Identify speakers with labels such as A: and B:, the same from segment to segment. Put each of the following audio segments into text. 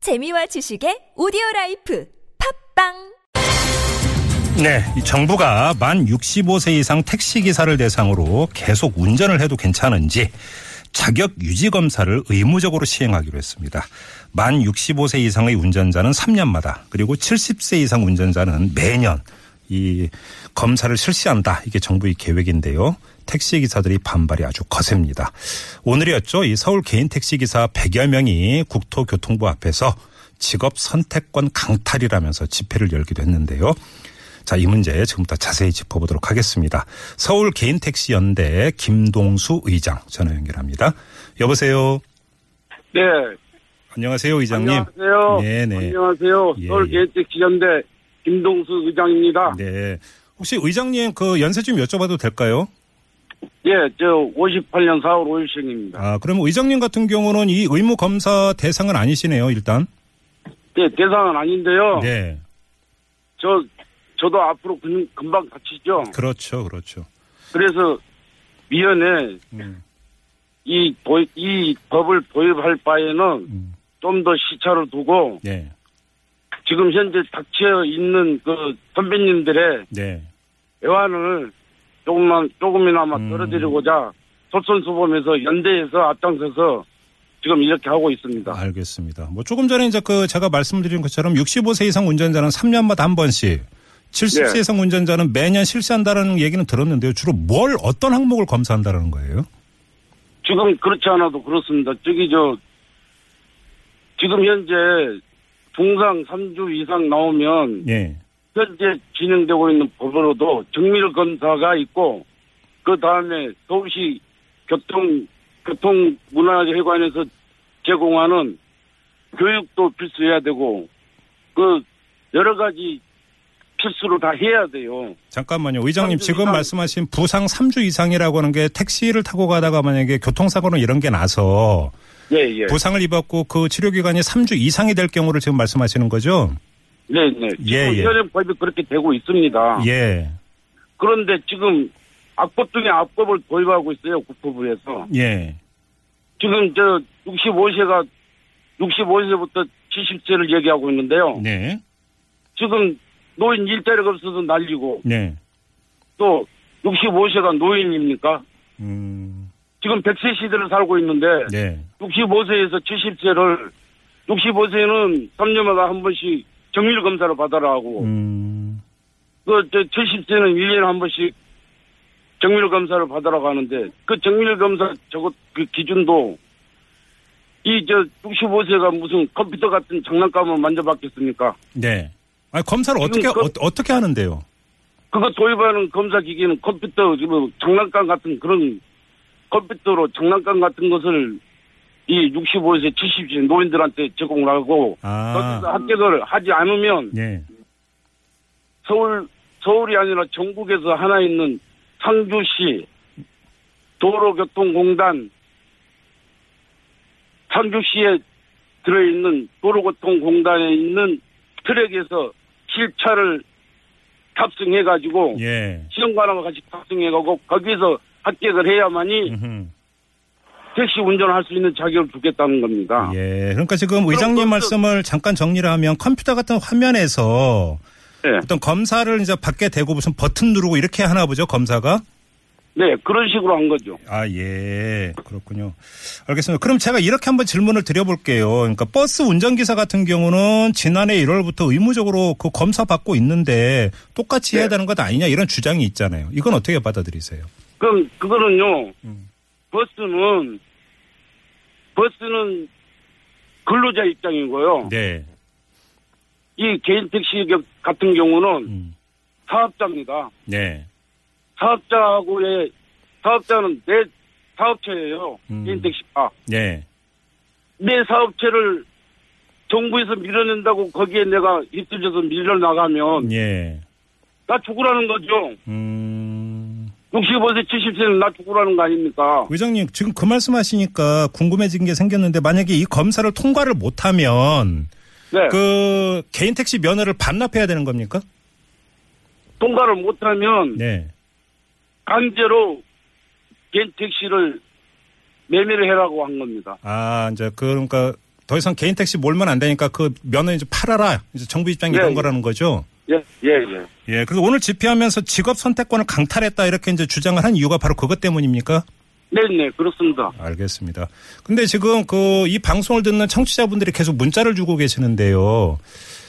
A: 재미와 지식의 오디오 라이프 팝빵
B: 네, 이 정부가 만 65세 이상 택시 기사를 대상으로 계속 운전을 해도 괜찮은지 자격 유지 검사를 의무적으로 시행하기로 했습니다. 만 65세 이상의 운전자는 3년마다 그리고 70세 이상 운전자는 매년 이 검사를 실시한다. 이게 정부의 계획인데요. 택시 기사들이 반발이 아주 거셉니다. 오늘이었죠. 이 서울 개인 택시 기사 100여 명이 국토교통부 앞에서 직업 선택권 강탈이라면서 집회를 열기도 했는데요. 자, 이 문제 지금부터 자세히 짚어보도록 하겠습니다. 서울 개인 택시 연대 김동수 의장 전화 연결합니다. 여보세요.
C: 네.
B: 안녕하세요, 의장님.
C: 안녕하세요.
B: 네, 네.
C: 안녕하세요.
B: 예,
C: 서울
B: 예.
C: 계획지연대 김동수 의장입니다.
B: 네. 혹시 의장님 그 연세 좀 여쭤봐도 될까요?
C: 예, 저 58년 4월 5일생입니다.
B: 아, 그러면 의장님 같은 경우는 이 의무 검사 대상은 아니시네요, 일단.
C: 예, 대상은 아닌데요.
B: 네.
C: 저 저도 앞으로 금, 금방 다치죠.
B: 그렇죠, 그렇죠.
C: 그래서 미연에
B: 음.
C: 이, 보- 이 법을 도입할 바에는
B: 음.
C: 좀 더 시차를 두고
B: 네.
C: 지금 현재 닥쳐 있는 그 선배님들의
B: 네.
C: 애환을 조금만 조금이나마
B: 음.
C: 덜어드리고자 솔선수범해서 연대해서 앞장서서 지금 이렇게 하고 있습니다.
B: 알겠습니다. 뭐 조금 전에 이제 그 제가 말씀드린 것처럼 65세 이상 운전자는 3년마다 한 번씩 70세
C: 예.
B: 이상 운전자는 매년 실시한다는 얘기는 들었는데요. 주로 뭘 어떤 항목을 검사한다는 거예요?
C: 지금 그렇지 않아도 그렇습니다. 저기 저 지금 현재 중상 3주 이상 나오면
B: 예.
C: 현재 진행되고 있는 법으로도 정밀 검사가 있고 그 다음에 서울시 교통 교통 문화회관에서 제공하는 교육도 필수해야 되고 그 여러 가지 필수로 다 해야 돼요.
B: 잠깐만요. 의장님
C: 삼주
B: 지금
C: 이상.
B: 말씀하신 부상 3주 이상이라고 하는 게 택시를 타고 가다가 만약에 교통사고나 이런 게 나서
C: 예, 예.
B: 부상을 입었고 그 치료 기간이 3주 이상이 될 경우를 지금 말씀하시는 거죠?
C: 네, 네.
B: 예, 예.
C: 지금 현행법이 그렇게 되고 있습니다.
B: 예.
C: 그런데 지금 악법 중에 악법을 도입하고 있어요 국토부에서
B: 예.
C: 지금 저 65세가 65세부터 70세를 얘기하고 있는데요.
B: 네.
C: 지금 노인 일자리가 없어서 날리고
B: 네.
C: 또 65세가 노인입니까?
B: 음.
C: 지금 100세 시대를 살고 있는데
B: 네.
C: 65세에서 70세를 65세는 3년마다 한 번씩 정밀 검사를 받아라 하고
B: 음.
C: 그, 저, 70세는 1년에 한 번씩 정밀 검사를 받으라고 하는데, 그 정밀 검사 저거, 그 기준도, 이, 저, 65세가 무슨 컴퓨터 같은 장난감을 만져봤겠습니까?
B: 네. 아니, 검사를 어떻게,
C: 지금 그-
B: 어, 어떻게 하는데요?
C: 그거 도입하는 검사 기기는 컴퓨터, 뭐, 장난감 같은 그런 컴퓨터로 장난감 같은 것을 이 65세, 70세 노인들한테 제공을 하고,
B: 아,
C: 거기서 합격을 하지 않으면,
B: 예.
C: 서울 서울이 아니라 전국에서 하나 있는 상주시 도로교통공단 상주시에 들어있는 도로교통공단에 있는 트랙에서 실차를 탑승해가지고
B: 예.
C: 시험관하고 같이 탑승해가고 거기서 합격을 해야만이
B: 음흠.
C: 택시 운전할 수 있는 자격을 주겠다는 겁니다.
B: 예. 그러니까 지금 의장님
C: 검사-
B: 말씀을 잠깐 정리를 하면 컴퓨터 같은 화면에서
C: 네.
B: 어떤 검사를 이제 밖에 대고 무슨 버튼 누르고 이렇게 하나 보죠, 검사가?
C: 네, 그런 식으로 한 거죠.
B: 아, 예. 그렇군요. 알겠습니다. 그럼 제가 이렇게 한번 질문을 드려볼게요. 그러니까 버스 운전기사 같은 경우는 지난해 1월부터 의무적으로 그 검사 받고 있는데 똑같이 해야
C: 네.
B: 되는 것 아니냐 이런 주장이 있잖아요. 이건 어떻게 받아들이세요?
C: 그럼 그거는요.
B: 음.
C: 버스는 버스는 근로자 입장이고요.
B: 네.
C: 이 개인 택시 겨- 같은 경우는
B: 음.
C: 사업자입니다.
B: 네.
C: 사업자하고의 사업자는 내 사업체예요.
B: 음.
C: 개인 택시가 아,
B: 네.
C: 내 사업체를 정부에서 밀어낸다고 거기에 내가 입들려서 밀려나가면
B: 예.
C: 나 죽으라는 거죠.
B: 음.
C: 65세, 70세는 나 죽으라는 거 아닙니까?
B: 의장님 지금 그 말씀하시니까 궁금해진 게 생겼는데 만약에 이 검사를 통과를 못하면
C: 네.
B: 그 개인 택시 면허를 반납해야 되는 겁니까?
C: 통과를 못하면
B: 네.
C: 강제로 개인 택시를 매매를 해라고 한 겁니다.
B: 아 이제 그러니까 더 이상 개인 택시 몰면 안 되니까 그 면허 이제 팔아라. 이제 정부 입장이
C: 예,
B: 이런
C: 예.
B: 거라는 거죠.
C: 예, 예, 예.
B: 예. 그래서 오늘 집회하면서 직업 선택권을 강탈했다 이렇게 이제 주장을 한 이유가 바로 그것 때문입니까?
C: 네, 네, 그렇습니다.
B: 알겠습니다. 근데 지금 그 이 방송을 듣는 청취자분들이 계속 문자를 주고 계시는데요.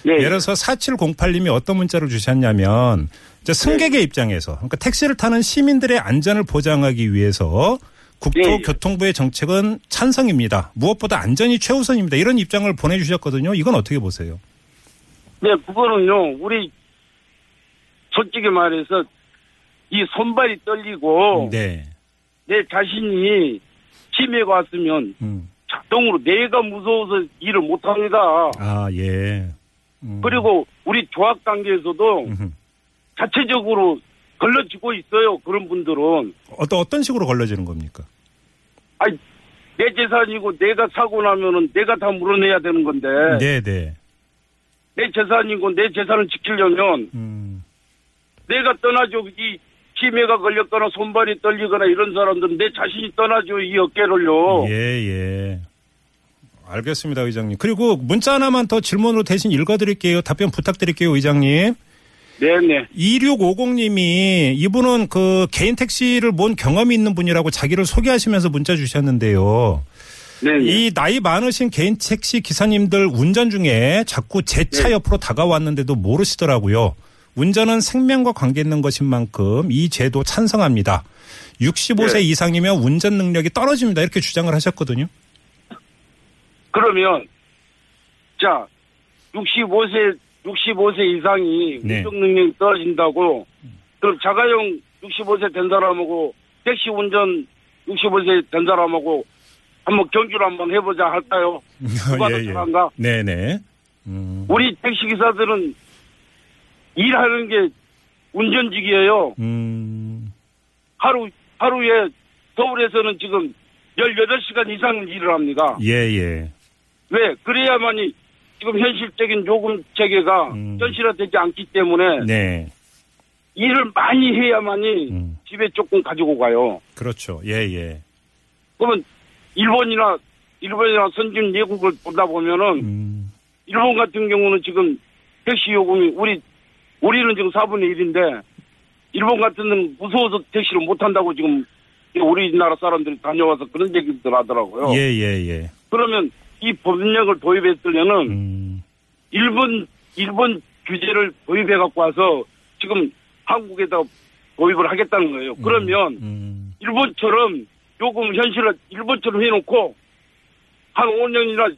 C: 예, 예.
B: 예를 들어서 4708님이 어떤 문자를 주셨냐면 이제
C: 예.
B: 승객의 입장에서 그러니까 택시를 타는 시민들의 안전을 보장하기 위해서
C: 예, 예.
B: 국토교통부의 정책은 찬성입니다. 무엇보다 안전이 최우선입니다. 이런 입장을 보내주셨거든요. 이건 어떻게 보세요?
C: 네, 그거는요, 우리, 솔직히 말해서, 이 손발이 떨리고,
B: 네.
C: 내 자신이 치매가 왔으면,
B: 음.
C: 자동으로 내가 무서워서 일을 못합니다.
B: 아 예. 음.
C: 그리고 우리 조합 단계에서도
B: 음흠.
C: 자체적으로 걸러지고 있어요, 그런 분들은.
B: 어떤 어떤 식으로 걸러지는 겁니까?
C: 아니, 내 재산이고 내가 사고 나면은 내가 다 물어내야 되는 건데,
B: 네, 네.
C: 내 재산이고 내 재산을 지키려면,
B: 음.
C: 내가 떠나죠. 이 치매가 걸렸거나 손발이 떨리거나 이런 사람들은 내 자신이 떠나죠. 이 어깨를요.
B: 예, 예. 알겠습니다, 의장님. 그리고 문자 하나만 더 질문으로 대신 읽어드릴게요. 답변 부탁드릴게요, 의장님.
C: 네네.
B: 2650님이 이분은 그 개인 택시를 몬 경험이 있는 분이라고 자기를 소개하시면서 문자 주셨는데요.
C: 네네.
B: 이 나이 많으신 개인 택시 기사님들 운전 중에 자꾸 제 차
C: 네.
B: 옆으로 다가왔는데도 모르시더라고요. 운전은 생명과 관계 있는 것인 만큼 이 제도 찬성합니다. 65세
C: 네.
B: 이상이면 운전 능력이 떨어집니다. 이렇게 주장을 하셨거든요.
C: 그러면 자 65세 65세 이상이
B: 네.
C: 운전 능력이 떨어진다고 그럼 자가용 65세 된 사람하고 택시 운전 65세 된 사람하고 한번 경주를 한번 해보자 할까요?
B: 음.
C: 누가 더 잘한가?
B: 네네. 음,
C: 우리 택시 기사들은 일하는 게 운전직이에요.
B: 음,
C: 하루, 하루에 서울에서는 지금 18시간 이상 일을 합니다.
B: 예, 예.
C: 왜? 그래야만이 지금 현실적인 요금 체계가
B: 음.
C: 현실화되지 않기 때문에
B: 네.
C: 일을 많이 해야만이
B: 음.
C: 집에 조금 가지고 가요.
B: 그렇죠. 예, 예.
C: 그러면 일본이나, 일본이나 선진 예국을 보다 보면은
B: 음,
C: 일본 같은 경우는 지금 택시 요금이 우리, 우리는 지금 4분의 1인데 일본 같은 데는 무서워서 택시를 못 한다고 지금 우리나라 사람들이 다녀와서 그런 얘기들 하더라고요.
B: 예, 예, 예.
C: 그러면 이 법령을 도입했으려는
B: 음,
C: 일본 일본 규제를 도입해 갖고 와서 지금 한국에다 도입을 하겠다는 거예요. 그러면
B: 음.
C: 일본처럼 요금 현실을 일본처럼 해놓고 한 5년이나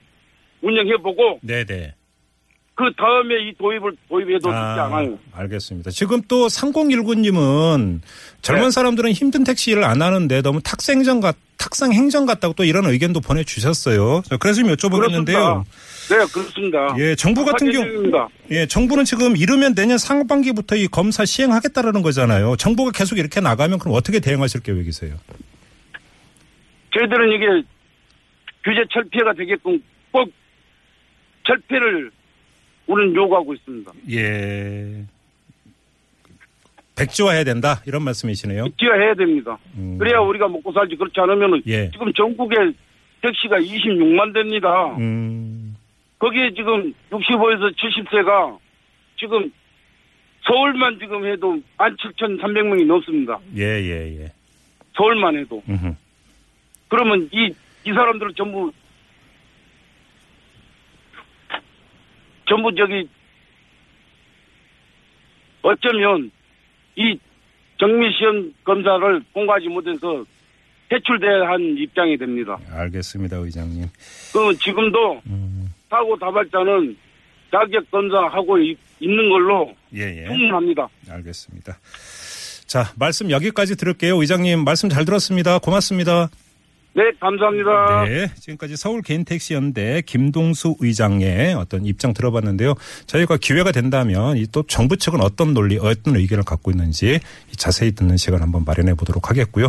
C: 운영해보고
B: 네네.
C: 그 다음에 이 도입을 도입해도 되지 않아요.
B: 알겠습니다. 지금 또 3019님은 젊은
C: 네.
B: 사람들은 힘든 택시 일을 안 하는데 너무 탁상행정 같, 탁상행정 같다고 또 이런 의견도 보내주셨어요. 자, 그래서 좀
C: 그렇습니다.
B: 여쭤보겠는데요.
C: 네, 그렇습니다.
B: 예, 정부 같은 경우,
C: 사계절입니다.
B: 예, 정부는 지금 이르면 내년 상반기부터 이 검사 시행하겠다라는 거잖아요. 정부가 계속 이렇게 나가면 그럼 어떻게 대응하실 계획이세요?
C: 저희들은 이게 규제 철폐가 되게끔 꼭 철폐를 우리는 요구하고 있습니다.
B: 예. 백지화해야 된다 이런 말씀이시네요.
C: 지어해야 됩니다.
B: 음.
C: 그래야 우리가 먹고 살지 그렇지 않으면은
B: 예.
C: 지금 전국에 택시가 26만 대입니다.
B: 음.
C: 거기에 지금 65에서 70세가 지금 서울만 지금 해도 한 7,300명이 넘습니다.
B: 예, 예, 예.
C: 서울만 해도.
B: 음흠.
C: 그러면 이, 이 사람들을 전부, 전부 저기, 어쩌면 이 정밀시험 검사를 통과하지 못해서 해출돼야 한 입장이 됩니다.
B: 알겠습니다, 의장님.
C: 그러면 지금도
B: 음.
C: 사고 다발자는 자격 검사하고 있- 있는 걸로
B: 예,
C: 음.
B: 예.
C: 충분합니다.
B: 알겠습니다. 자, 말씀 여기까지 들을게요. 의장님, 말씀 잘 들었습니다. 고맙습니다.
C: 네, 감사합니다.
B: 네, 지금까지 서울 개인택시연대 김동수 의장의 어떤 입장 들어봤는데요. 저희가 기회가 된다면 이 또 정부 측은 어떤 논리, 어떤 의견을 갖고 있는지 자세히 듣는 시간 한번 마련해 보도록 하겠고요.